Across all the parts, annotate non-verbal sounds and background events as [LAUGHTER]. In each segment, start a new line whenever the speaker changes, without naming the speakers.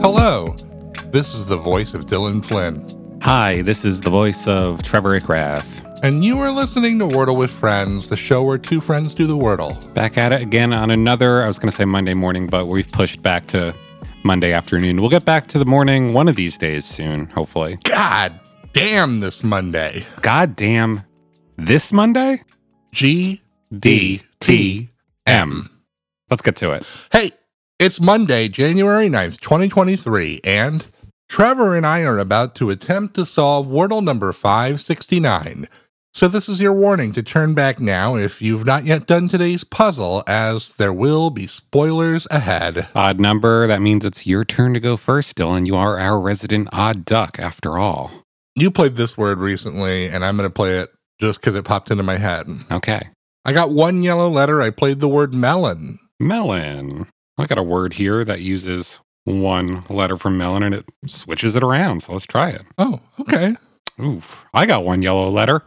Hello. This is the voice of Dylan Flynn,
Hi, this is the voice of Trevor Ickrath.
and you are listening to Wordle with Friends, the show where two friends do the Wordle.
Back at it again on another, I was going to say Monday morning, but we've pushed back to Monday afternoon. We'll get back to the morning one of these days soon, hopefully.
God damn this Monday.
God damn, this Monday?
G
D T M. Let's get to it.
Hey, it's Monday, January 9th, 2023, and Trevor and I are about to attempt to solve Wordle number 569. So, this is your warning to turn back now if you've not yet done today's puzzle, as there will be spoilers ahead.
Odd number, that means it's your turn to go first, Dylan. You are our resident odd duck after all.
You played this word recently, and I'm going to play it just because it popped into my head.
Okay.
I got one yellow letter. I played the word melon.
Melon. I got a word here that uses one letter from melon and it switches it around. So let's try it.
Oh, okay.
Oof. I got one yellow letter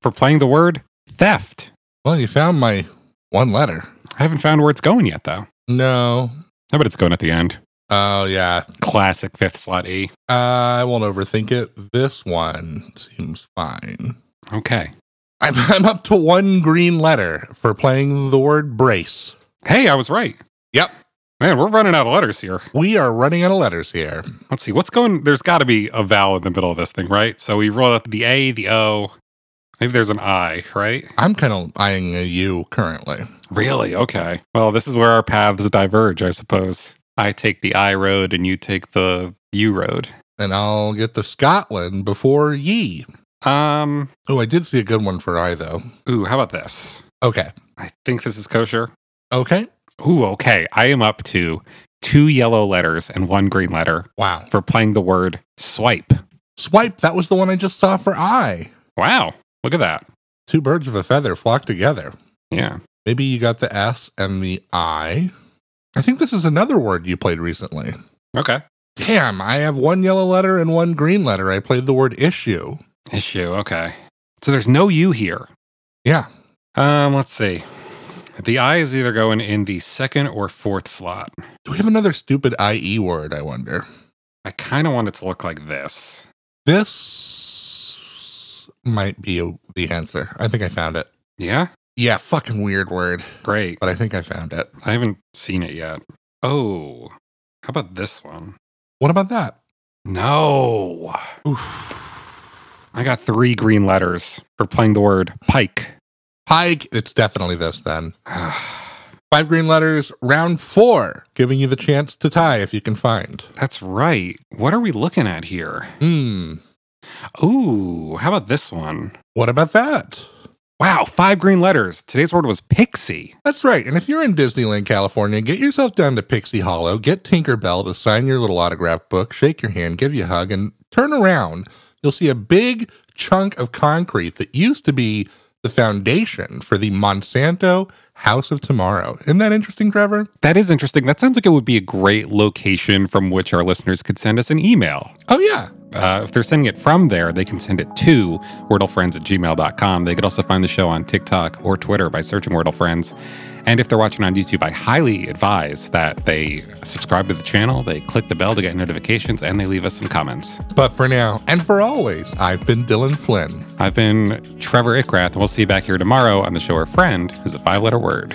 for playing the word theft.
Well, you found my one letter.
I haven't found where it's going yet, though.
No.
I bet it's going at the end.
Oh, yeah.
Classic fifth slot E.
I won't overthink it. This one seems fine.
Okay.
I'm, [LAUGHS] I'm up to one green letter for playing the word brace.
Hey, I was right.
Yep.
Man, we're running out of letters here.
We are running out of letters here.
Let's see. What's going? There's got to be a vowel in the middle of this thing, right? So we roll out the A, the O. Maybe there's an I, right?
I'm kind of eyeing a U currently.
Really? Okay. Well, this is where our paths diverge, I suppose. I take the I road and you take the U road.
And I'll get to Scotland before ye.
Um,
Oh, I did see a good one for I, though.
ooh, how about this?
Okay.
I think this is kosher.
Okay.
Ooh, okay. I am up to two yellow letters and one green letter
Wow.
for playing the word swipe.
Swipe, that was the one I just saw for I.
Wow. Look at that.
Two birds of a feather flock together.
Yeah.
Maybe you got the S and the I. I think this is another word you played recently.
Okay.
Damn, I have one yellow letter and one green letter. I played the word issue.
Issue. Okay. So there's no U here.
Yeah.
Um, let's see. The I is either going in the second or fourth slot.
Do we have another stupid IE word, I wonder?
I kind of want it to look like this.
This might be the answer. I think I found it.
Yeah.
Yeah, fucking weird word,
Great.
but I think I found it.
I haven't seen it yet. Oh, how about this one?
What about that?
No.
Oof.
I got three green letters for playing the word pike.
Pike. It's definitely this then.
That's
Five green letters, round four, giving you the chance to tie if you can find.
right. What are we looking at here?
Hmm.
Ooh, how about this one?
What about that?
Wow, five green letters. Today's word was pixie.
That's right. And if you're in Disneyland, California, get yourself down to Pixie Hollow, get Tinkerbell to sign your little autograph book, shake your hand, give you a hug, and turn around. You'll see a big chunk of concrete that used to be the foundation for the Monsanto House of Tomorrow. Isn't that interesting, Trevor?
That is interesting. That sounds like it would be a great location from which our listeners could send us an email.
Oh, yeah.
Uh, if they're sending it from there, they can send it to wordlefriends at gmail.com. They could also find the show on TikTok or Twitter by searching Wordle Friends. And if they're watching on YouTube, I highly advise that they subscribe to the channel, they click the bell to get notifications, and they leave us some comments.
But for now and for always, I've been Dylan Flynn.
I've been Trevor Ickrath, and we'll see you back here tomorrow on the show where friend is a five letter word.